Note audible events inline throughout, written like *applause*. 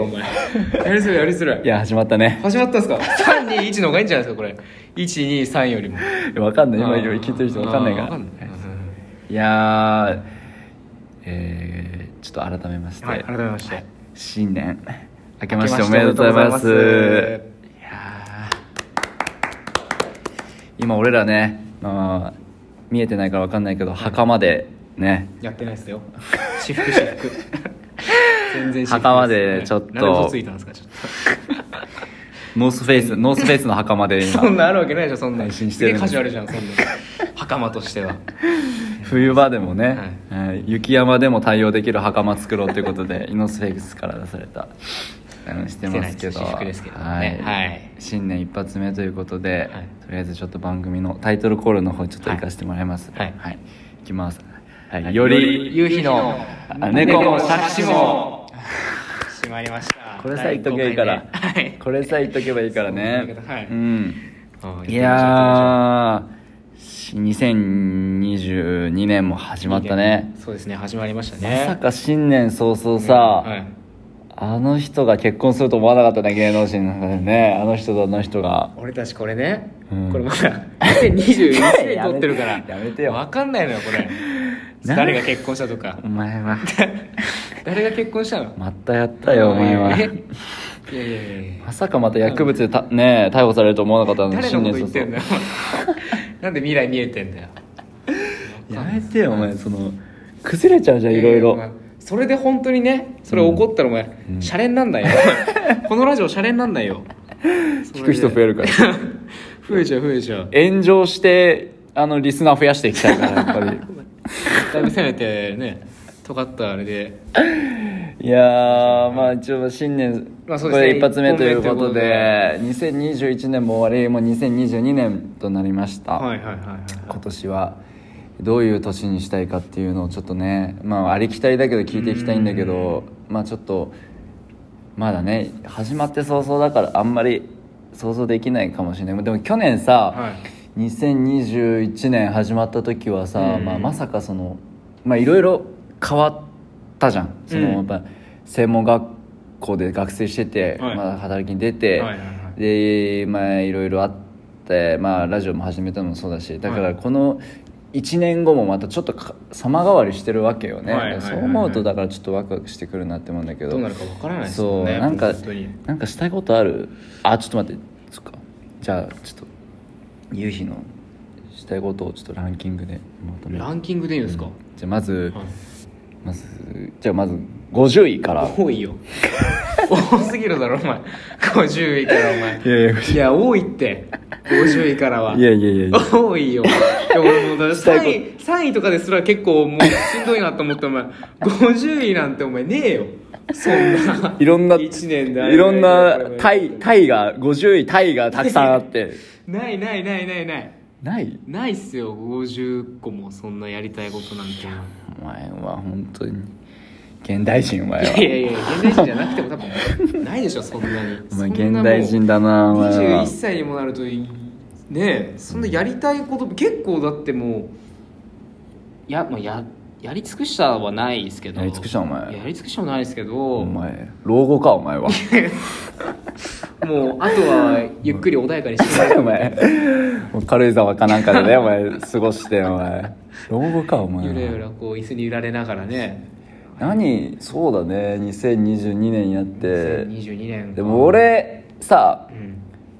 お前。やりづらい、やりづらい。いや、始まったね。始まったんすか ?321 の方がいいんじゃないですか、これ。123よりも。わかんない。今聞いてる人わかんないから。あーわかんないいやー、えー、ちょっと改めまして。はい、改めまして。新年、明けましておめでとうござい明ます。いけましておめでとうございますやー今俺らね、まあ、見えてないからわかんないけど、袴でね、やってないっすよ。私服、私服。全然私服すね。袴でちょっとなんで嘘ついたんですか、ちょっノースフェイス、ノースフェイスの袴でと。 *laughs* そん今、なあるわけないでしょ、そんな。配信してるすげえカジュアルじゃん、そんな。袴としては。冬場でもね、えー雪山でも対応できる袴作ろうということで、イノスフェイスから出された。あのしてますけしてなどい私服ですけどねはいはい新年一発目ということで、はいとりあえずちょっと番組のタイトルコールの方ちょっと行かせてもらいますはいいきます、はいより夕日のあ猫も杓子も。しまいました。これさえ言っとけばいいから、はい。これさえ言っとけばいいからねそうはいうんあーいやーし2022年も始まったねそうですね、始まりましたまね。さか新年早々さ、はい、あの人が結婚すると思わなかったね芸能人の中でねあの人とあの人が俺たちこれね、うんこれまだ2021年撮ってるから *laughs* やめやめてよ分かんないのよこれなん誰が結婚したとかお前は誰が結婚したの *laughs* またやったよお前はえいやいやいやいやまさかまた薬物でた、ね、逮捕されると思わなかったのに誰のこと新言っ年て早んだ *laughs* よ々なんで未来見えてんだよやめてよお前その崩れちゃうじゃんいろいややろまあそれで本当にねそれ怒ったらお前、んシャレになんないよこのラジオシャレになんないよ *laughs* 聞く人増えるから *laughs* 増えちゃう増えちゃう炎上してあのリスナー増やしていきたいからやっ *laughs* ぱりだいぶ攻めてね尖ったあれでいやーまあ一応新年、まあそこうですねれ一発目ということ一で2021年も終わりもう2022年となりました、はいはいはいはい今年はどういう年にしたいかっていうのをちょっとね、まあ、ありきたりだけど聞いていきたいんだけどまあちょっとまだね始まって早々だからあんまり想像できないかもしれないでも去年さ、はい2021年始まった時はさ、うんまあ、まさかそのまあいろいろ変わったじゃんその、うんやっぱ専門学校で学生してて、はいまあ、働きに出て、はいはいはでまあいろいろあって、まあ、ラジオも始めたのもそうだしだかはらいこの1年後もまたちょっとか様変わりしてるわけよね、はいはいはいはいそう思うとだからちょっとワクワクしてくるなって思うんだけどどうなるかわからないですそもうんねなんか本当になんかしたいことあるあちょっと待ってそっかじゃあちょっと夕日のしたいことをちょっとランキングでまとめるランキングでいいんですか、じゃあまず、まずじゃあまず50位から多 *laughs* いよ多すぎるだろお前50位からお前いやいやいや多いって50位からはいやいやいやいや多いよいや俺もうだしたいこ 3, 位3位とかですら結構もうしんどいなと思ったお前50位なんてお前ねえよそんないろんな一年であれいろんなこれもタイタイが50位タイがたくさんあってないないないない *laughs* ないないないっすよ50個もそんなやりたいことなんてお前は本当に現代人お前いやいややはい現代人じゃなくても多分ないでしょそんなにお前現代人だなお前21は歳にもなるといねえそんなやりたいこと結構だってもうや,、まあ、ややり尽くしたはないですけどやり尽くしたお前やり尽くしたはないですけどお前老後かお前は *laughs* もうあとはゆっくり穏やかにしてお前もう軽井沢かなんかでねお前過ごしてお前老後かお前ゆらゆはらこう椅子に揺られながらね何そうだね2022年になって22年でも俺さうん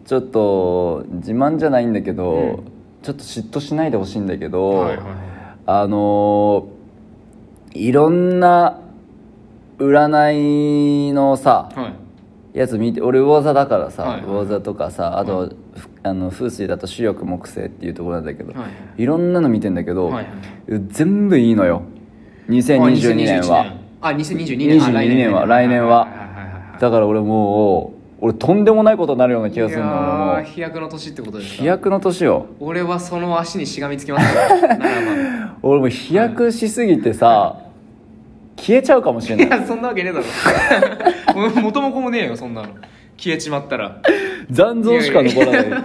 ちょっと自慢じゃないんだけど、うんちょっと嫉妬しないでほしいんだけど、はいはいはあのーいろんな占いのさいはいやつ見て俺魚座だからさ、はいはい魚座とかさあと、はふあの風水だと主翼木星っていうところなんだけど、、はいはいろんなの見てんだけど、はいは全部いいのよ2022年はあ2022年あ22年は来年はいいいはいだから俺もう俺とんでもないことになるような気がするのいや俺ーもう飛躍の年ってことですか飛躍の年よ俺はその足にしがみつきますからな *laughs* ら俺もう飛躍しすぎてさ消えちゃうかもしればいないやそんなわけねえだろ *laughs* もう元も子もねえよそんなの消えちまったら残像しか残らない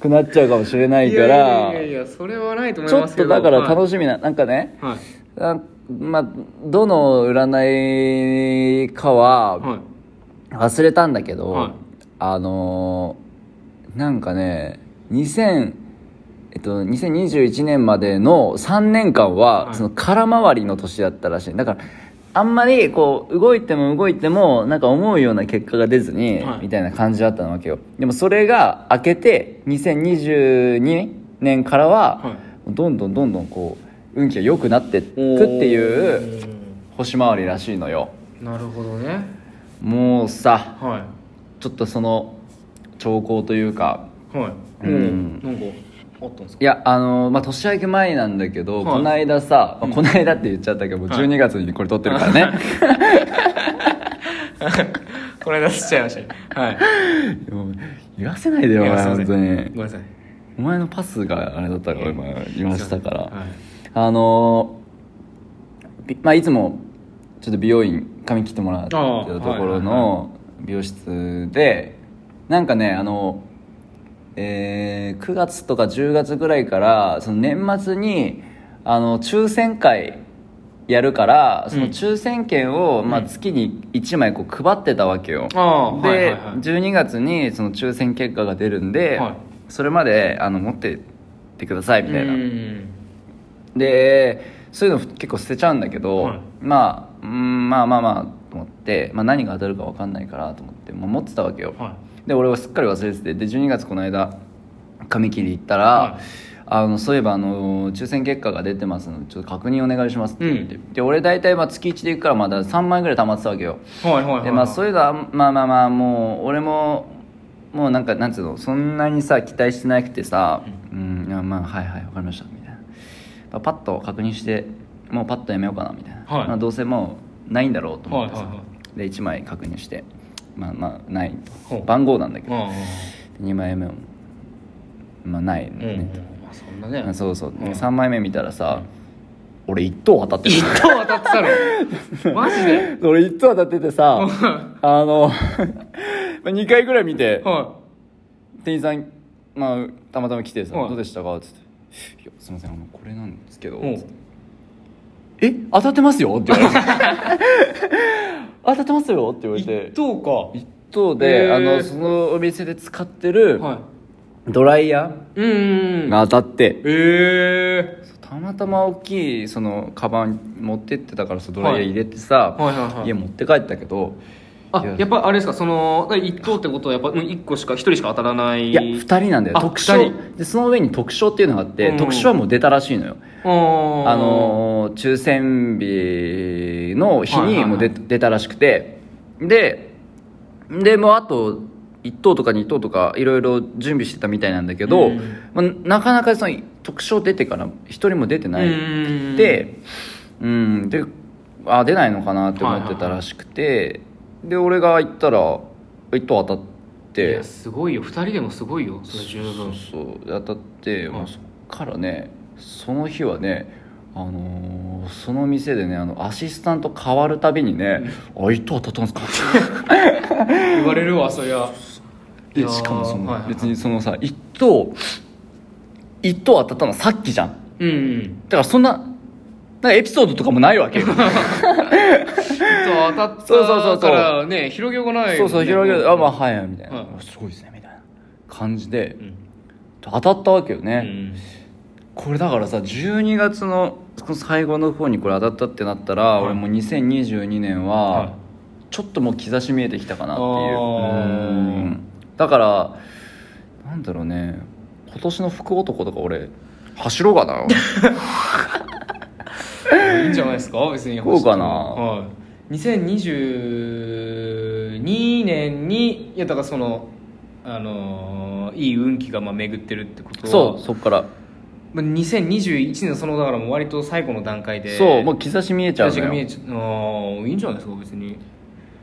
くなっちゃうかもしれないいかやいやいやいらやそれはないと思ちいょまっすけとどだからし楽しみななんかねはいあまあどの占いかははい忘れたんだけど、はいあのーなんかね2000えっと、2021年までの3年間ははいその空回りの年だったらしいだからあんまりこう動いても動いてもなんか思うような結果が出ずにはいみたいな感じだったわけよでもそれが明けて2022年からははどんどんどんどんこう運気が良くなってくっていう星回りらしいのよなるほどねもうさはちょっとその兆候というかいはいううんんなんかあったんですかいやあのまあ年明け前なんだけはど、いこの間さ、まあこの間って言っちゃったけどもうはい12月にこれ撮ってるからね、 *laughs* これ出しちゃいましたはいもう言わせないでよおいや前すいませ本ん当ごめんになさいお前のパスがあれだったから今言いましたから、はいあのびまあ、いつもちょっと美容院髪切ってもらってるところの美容室でなんかねあの、えー9月とか10月ぐらいからその年末にあの抽選会やるからそのうん抽選券を、まあ、月に1枚こう配ってたわけよ、ああで、はいはいはい12月にその抽選結果が出るんで、はいそれまであの持ってってくださいみたいな、うんでそういうの結構捨てちゃうんだけど、はいまあうんまあまあまあと思って、まあ、何が当たるか分かんないからと思って、まあ、持ってたわけよ、はで俺はすっかり忘れててで12月この間髪切り行ったら、はいあのそういえばあの抽選結果が出てますのでちょっと確認お願いしますって言って、うで俺大体まあ月1で行くからまだ3枚ぐらい溜まってたわけよいはいはいはいでまあそういういうのはまあまあまあもう俺ももうなんかなんつうのそんなにさ期待してなくてさ「うんいやまあはいはいわかりました」みたいな、まあ、パッと確認してもうパッとやめようかなみたいな、はいまあ、どうせもうないんだろうと思ってさ、はいはいはで1枚確認してまあまあないほう番号なんだけどあ2枚目もまあないあうんね、まあそんなねあそうそう、うん3枚目見たらさ、俺1等当たってる一等当たってたの *laughs* マジで *laughs* 俺一等当たっててさうんあの *laughs* 2回ぐらい見ては店員さん、まあ、たまたま来てさ「はいどうでしたか?」っつって「いやすいませんあのこれなんですけど」うんつってえ当たってますよ?」って言われて *laughs* 「当たってますよ?」って言わいれて一等か一等で、へーあのそのお店で使ってるはドライヤいうんうーんうんが当たって、えたまたま大きいそのカバン持ってってたからさドライヤー入れてさ、はいはいはいはい家持って帰ったけどあいややっぱあれですかその一等ってことはやっぱうん一個しか一人しか当たらないいや2人なんだよあ特二賞人でその上に特賞っていうのがあって、うん特賞はもう出たらしいのよあーあのー抽選日の日はいはいにはいもう出出たらしくてででもうあと1等とか2等とかいろいろ準備してたみたいなんだけど、うんまあ、なかなかその特賞出てから1人も出てない、うんでうんであ出ないのかなって思ってたらしくて、で俺が行ったら1等当たっいてやすごいよ二人でもすごいよそれ十そう分そう当たって、んもうそっからねその日はねあのーその店でねあのアシスタント変わるたびにね「あ一等当たったんですか?言われるわそりゃ」 *laughs* いでやーしかもその、はいはいはい別にそのさ一等一等当たったのさっきじゃんうんうんだからそんななんかエピソードとかもない *laughs* わけよ一等当たったそうそうそうそうからね広げようがないそうそう広げる「あまあはいはい」みたいな、はいすごいですね」みたいな感じでうん当たったわけよね、うんこれだからさ12月のこの最後の方にこれ当たったってなったら、い俺もう2022年は、はいちょっともう兆し見えてきたかなっていうあーうんだからなんだろうね今年の福男とか俺走ろうかな *laughs* いいんじゃないですか別にこうかなはい、2022年にいやだからそのあのーいい運気がまあ巡ってるってことはそうそっから、まあ、2021年そのだからもう割と最後の段階でそうもう兆し見えちゃう形がの見えよちゃうあーいいんじゃないですか別に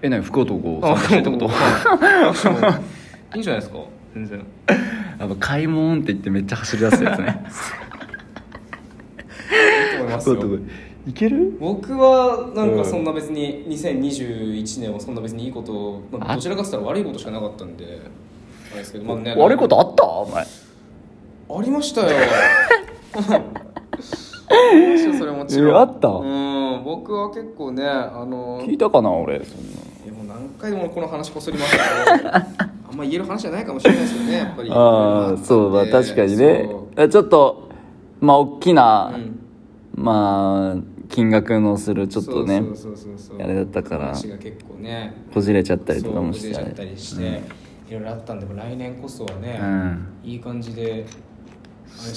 え何福男を探してるってことあ *laughs* そういいんじゃないですか全然やっぱ買い物って言ってめっちゃ走り出すや *laughs* つねいいと思います福男よいける僕はなんかそんな別に2021年はそんな別にいいこと、まあ、どちらかと言ったら悪いことしかなかったんであれですけど、まあね、悪いことあったお前ありました *laughs* よありましたよそれもちろんえあったうん僕は結構ねあの聞いたかな俺そんなでもな何回もこの話こすりま *laughs* したけどあんま言える話じゃないかもしれないですよねやっぱりああそうだ確かにねそうちょっとまあ大きな、うんまあ金額のするちょっとねそうそうそうそうそうあれだったから話が結構ねこじれちゃったりとそうかも崩しれてちゃっねたりしていろいろあったんでもう来年こそはねうんいい感じであれした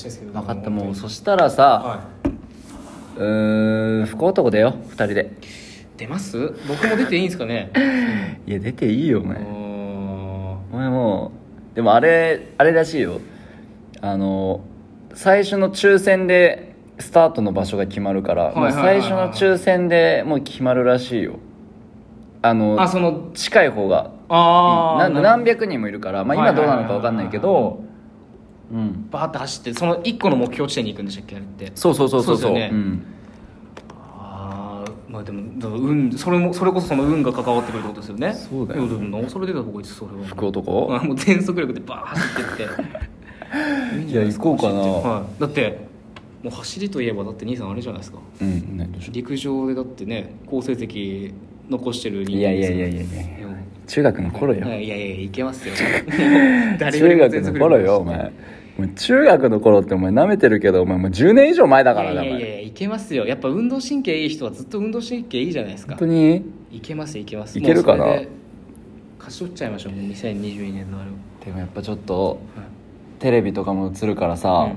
いですけど分かったでもう本そしたらさ、当にはうーん福男だよ2人でい出ます僕も出ていいんですかねいや出ていいよおう前ーんお前もうでもあれあれらしいよあの最初の抽選でスタートの場所が決まるから、いはいはいはいもう最初の抽選でもう決まるらしいよあのあその近い方がああ何何百人もいるから、まあ、今どうなのか分かんないけはいはいはいどうんバーッと走ってその1個の目標地点に行くんでしたっけあれってそうそうそうそうそうですよねんああまあでもだから運それもそれこそその運が関わってくるってことですよねそうだよいやでもなおそれ出た方がいいですそれは福あ男もう全速力でバーッ走ってって *laughs* いや行こうかな、はい、だってもう走りといえばだって兄さんあれじゃないですかうんねどうしよ陸上でだってね好成績残してるう人いやいやいやいいやいや中学の頃よ、やいやいやいけますよ *laughs* 中学の頃よお前お前中学の頃ってお前舐めてるけどお前もう10年以上前だだかかららだだおいやいやい前やいけますよやっぱ運動神経いい人はずっと運動神経いいじゃないです本か当にいけますいけますいけるかなもうそれで勝ち取っちゃいましょうもう2022年のあれをでもやっぱちょっとはいテレビとかも映るからさ、うん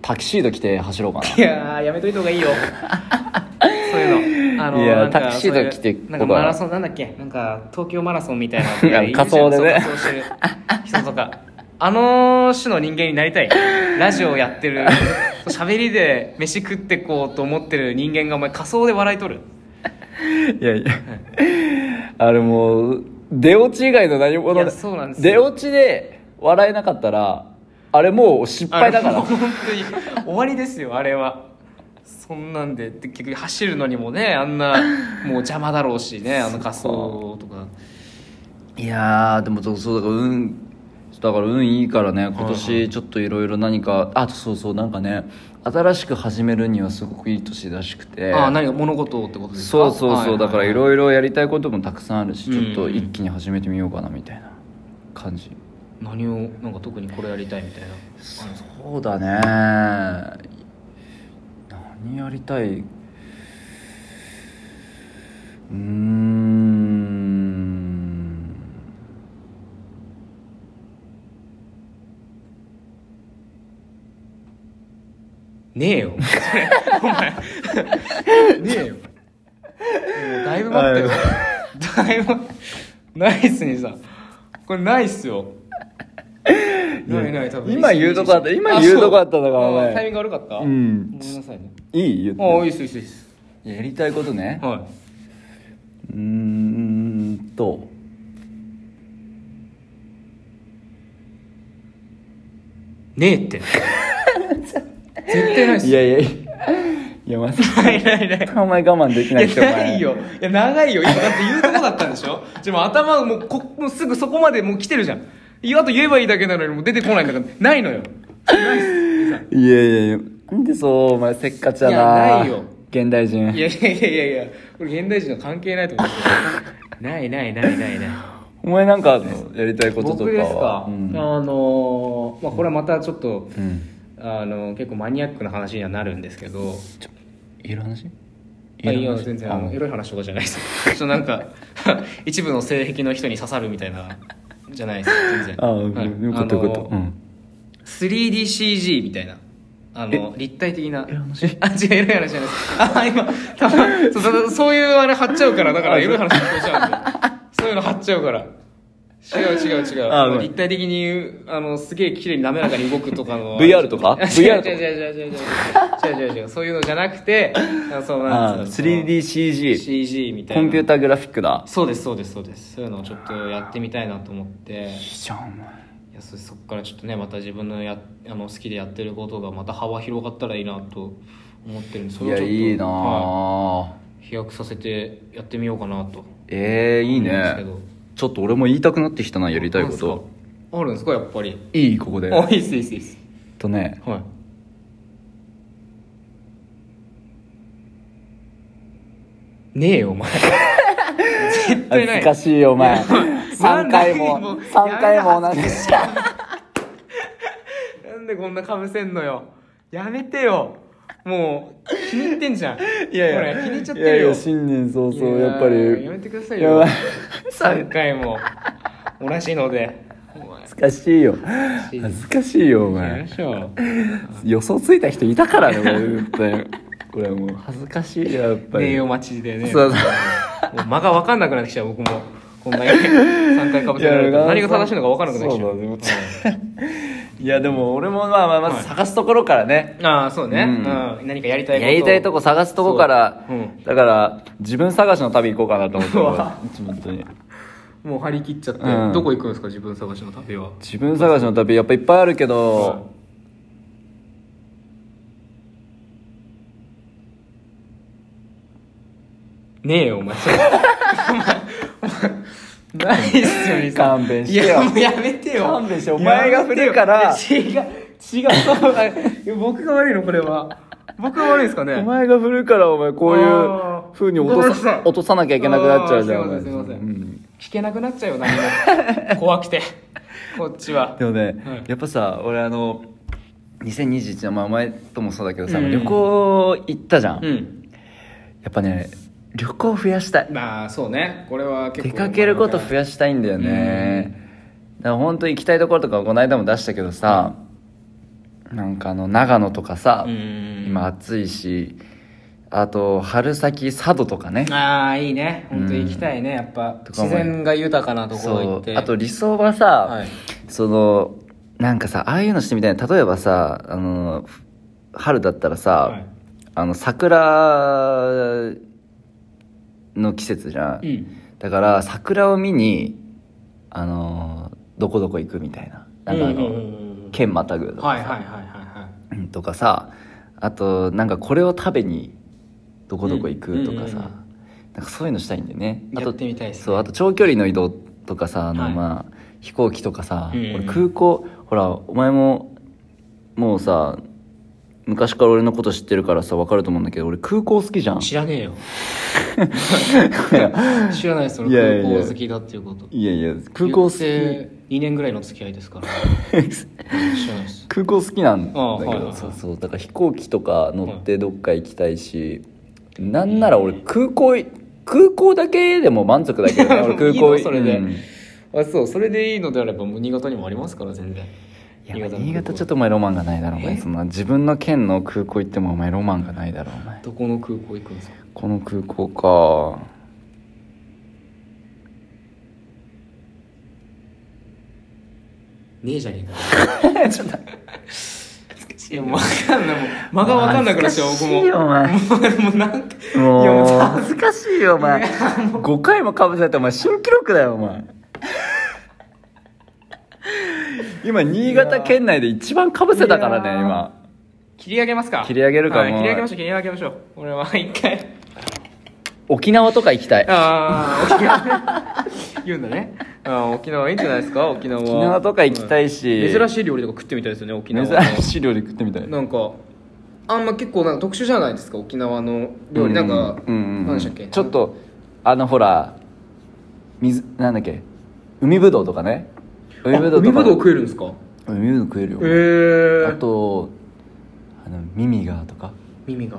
タキシード着て走ろうかないやーやめといた方がいいよ *laughs* そういうのあのいやなんかタキシード着てそういうなんかマラソンなんだっけなんか東京マラソンみたいなのであの *laughs* 仮装でねいるじゃんそう仮装してる人とかあの種の人間になりたいラジオやってる *laughs* 喋りで飯食ってこうと思ってる人間がお前仮装で笑いとる *laughs* いやいやあれもう出落ち以外の何い物やそうなんですよ出落ちで笑えなかったらあれもう失敗だかあのらもう本当に終わりですよあれはそんなんでで結局走るのにもねあんなもう邪魔だろうしねあの仮装とか *laughs* いやーでもそうそうだから運だから運いいからね今はいは年ちょっといろいろ何か、あそうそうなんかね新しく始めるにはすごくいい年らしくてああ何か物事をってことですかそうそうそうだからいいろいろやりたいこともたくさんあるし、うんちょっと一気に始めてみようかなみたいな感じろ何をなんか特にこれやりたいみたいなそうだね何やりたいうーんねえよお前ねえよもうだいぶ待ってよだいぶナイスにさこれないっすよないない多分今言うとこあった今言うとこあったんだからあそうお前あタイミング悪かったうごんめんなさいねいい言っあてあいいっすいいっすいいっすやりたいことねはいうーんとねえって *laughs* 絶対ないっすいやいやいやいやまさかないないないお前我慢できないい人やお前ないよいや長いよ今だって言うとこだったんでしょでも頭もうこもうすぐそこまでもう来てるじゃんいやあと言えばいいだけなのにもう出てこないんだからないのよないっすさいやいやいやなんでそうお前せっかちだないやないよ現代人いやいやいやいやいやこれ現代人の関係ないと思うんですよないないないないないお前なんかあんのやりたいこととかは僕ですか、うんあのーまあこれはまたちょっと、うんあのー結構マニアックな話にはなるんですけどちょいる話あいるや話全然ああのエロい話とかじゃないですちょっとなんか *laughs* 一部の性癖の人に刺さるみたいなじゃないです全然ああ、はいよかったよかった、あのうん、 3DCG みたいなあの立体的なエロい話 *laughs* あ違うエロい話じゃないですあ今たまそうそうそういうあれ貼っちゃうからだからエロい話聞こえちゃうんでそういうの貼っちゃうから違う違う違うああのごめん立体的にあのすげえ綺麗に滑らかに動くとかの VR とか違 VR う違う違う違う違う違う違う違う違うそういうのじゃなくてあそうあなんあです 3DCG CG みたいコなンピュータグラフィックだそうですそうですそうですそういうのをちょっとやってみたいなと思っていいじゃんお前いやそそこからちょっとねまた自分のやあの好きでやってることがまた幅広がったらいいなと思ってるんでそいをやちょっといいなあ、は飛躍させてやってみようかなとええいい思うんですけねどちょっと俺も言いたくなってきたなやりたいことあるんですかやっぱりいいここであいいっすいいっすいいっすとねはいねえよお *laughs* 前絶対恥なずいかしいよお前3回ももう3回も同じなんでこんなかぶせんのよやめてよもう気に入ってんじゃんいほら気に入っちゃっていやるいよや新年早々いやっぱりやめてくださいやばよい3回も同じのでお前恥ずかしいよしい恥ずかしいよおやめ前ましょう予想ついた人いたからねもう絶対 *laughs* これはもう恥ずかしいよやっぱり名誉待ちでねそうそうもう間が分かんなくなってきちゃう僕もこんなに3回かぶせられると何が正しいのか分からなくなってきちゃうそうだ *laughs* ねいやでも俺もまあまあまず探すところからね、ああそうね、ううんん何かやりたいことやりたいとこ探すとこから、そううんだから自分探しの旅行こうかなと思ってうわ俺本当にもう張り切っちゃって、うんどこ行くんですか自分探しの旅は自分探しの旅やっぱいっぱいあるけど、ねえよお前お前ないっすよ兄さん勘弁してよいやもうやめてよ勘弁してお前が触れるからやめてよ違う違うそうあいや *laughs* 僕が悪いのこれは僕が悪いんですかねお前が振るからお前こうあいうーふうに落とごめんなささい落とさなきゃいけなくなっちゃうじゃんあーお前すいませんすいませんうん聞けなくなっちゃうよ何 *laughs* も怖くてこっちはでもね、はいやっぱさ俺あの2021年、まあ、お前ともそうだけどさ、うん旅行行ったじゃん、うやんっぱね旅行増やしたいまあそうねこれは結出構かけること増やしたいんだよね、だから本当に行きたいところとかこの間も出したけどさなんかあの長野とかさ、うん今暑いしあと春先佐渡とかねああいいね本当行きたいねやっぱとかも自然が豊かなところ行そっうてあと理想はさ、はいそのなんかさああいうのしてみたいな例えばさあの春だったらさ、はいあの桜の季節じゃん、うんだから桜を見にあのどこどこ行くみたいななんかあの、うんうんうんうん県またぐとか,、はいはいはいはうんとかさあとなんかこれを食べにどこどこ行くとうかさ、んうんうんなんかそういうのしたいんだよねあやとってみたいですねそうあと長距離の移動とかさあの、はいまあ、飛行機とかさ、うんうん俺空港ほらお前ももうさ昔から俺のこと知ってるからさ分かると思うんだけど俺空港好きじゃんい知らねえよい知らないですそのいや空いやいや港好きだっていうことやいや空港好き2年ぐらいの付き合いですから知らないです空港好きなんだけど、ああはいはいはいそうそうだから飛行機とか乗ってどっか行きたいし、なんなら俺空港い空港だけでも満足だ *laughs* けどね俺空港いいのそれでうんあそうそれでいいのであればもう新潟にもありますから全然いや新潟ちょっっとお前ロマンがないだろお前えそんな自分の県の空港行ってもお前ロマンがないだろお前とどこの空港行くん *laughs* ですかこの空港かねえじゃねえかちょっといやもう分かんないもう間が分かんなくなっちゃう僕も恥ずかしもいよお前うもうなんかいやもうもう恥ずかしいよお前5回もかぶせてお前新記録だよお前 *laughs* 今新潟県内で一番かぶせたからいねやー今切り上げますか切り上げるかはいもう切り上げましょう切り上げましょう俺は一回沖縄とか行きたいああ沖縄ね *laughs* 言うんだねあー沖縄いいんじゃないですか沖縄は沖縄とか行きたいしうん珍しい料理とか食ってみたいですよね沖縄の珍しい料理食ってみたいなんかあんま結構なんか特殊じゃないですか沖縄の料理、なんか、うんうんうん何でしたっけちょっとあのほら水なんだっけ海ぶどうとかねあ海ぶどうとか食えるんですか海ぶどう食えるよ、えー、あとあの耳がとか耳が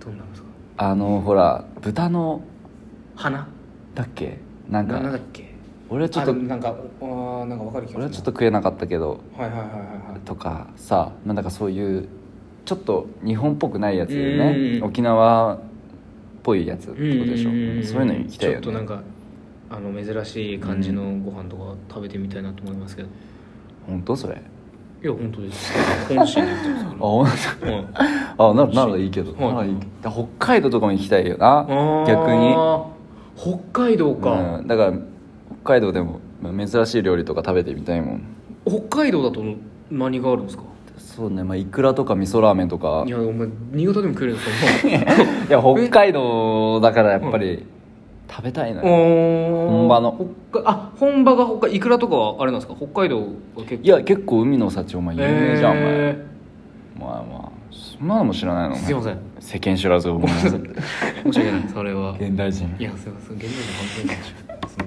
どうなんですかあのほら豚の鼻だっけなんなかなんだっけ俺はちょっとあでもなんかおあーなんかわかる気俺がはすちょっると食えなかったけどなはいはいはいはいはいとかさなんだかそういうちょっと日本っぽくないやつうよんうねん沖縄っぽいやつってことでしょ、んんんんそういうの行きたいよ、ね、ちょっとなんかあの珍しい感じのご飯とか食べてみたいなと思いますけど、本当それあいや本当です本心で言ってますか本当ら、うんあならならいいけど、はいならいいけど北海道とかも行きたいよなあー逆に、北海道か、うん、だから北海道でもまあ珍しい料理とか食べてみたいもん北海道だと何があるんですかそうねまあイクラとか味噌ラーメンとかいいややお前新潟でも食えるんです *laughs* か北海道だからやっぱり食べたいのよ、本本場の北海あ本場が北海いくらとかはあれなんですか北海道は結構いや結構海の幸お前有名じゃん、えお前まあまそんなのも知らないのすいません世間知ら *laughs* ずごめんなさい申し訳ないそれ *laughs* は現代人いやすいません現代の本当に申し訳ないですね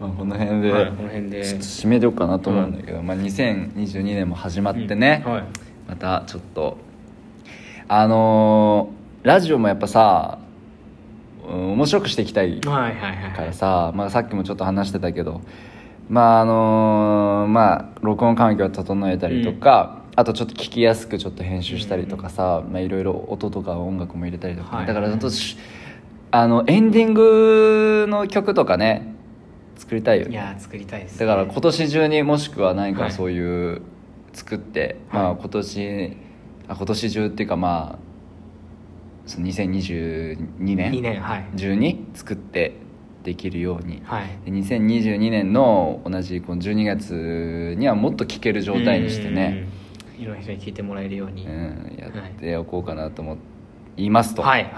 まあ、この辺で、はいこの辺でちょっと締めようかなと思うんだけど、まあ、2022年も始まってね、うんはいまたちょっとあのーラジオもやっぱさ、うん面白くしていきたいかはいはいはいらさ、まあ、さっきもちょっと話してたけどまああのーまあ録音環境を整えたりとか、あとちょっと聞きやすくちょっと編集したりとかさ、まあ、いろいろ音とか音楽も入れたりとか、はいだからちょっとしあのエンディングの曲とかね作りたいよねいやー作りたいですだね、から今年中にもしくは何はかいそういう作って、はいまあ今年あ今年中っていうかまあその2022 2年年はい中に作ってできるようにはいで2022年の同じこの12月にはもっと聴ける状態にしてね、うんいろんな人に聞いてもらえるように、うん、やっておこうかなと思いますとはい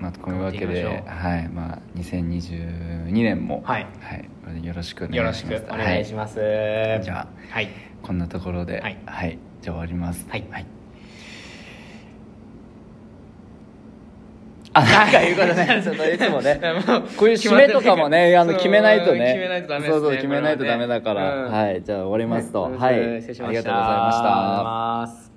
まあ、こういうわ頑張っていきけましでょ、うはいまあ、2022年も、はいはいよろしくおよ願ろいししくます。お願いします、はいじゃあはいこんなところでははいい、じゃあ終わりますはいあなんかいうことね *laughs* その *laughs* いつもねや *laughs* もうこういう締めとかもね決まっあてるの決めないとそねう決めないとダメですねそうそう決めないとダメだから、これはねはいじゃあ終わりますと、うんはいあ失りが礼としうごましたあざいましたりがとうございます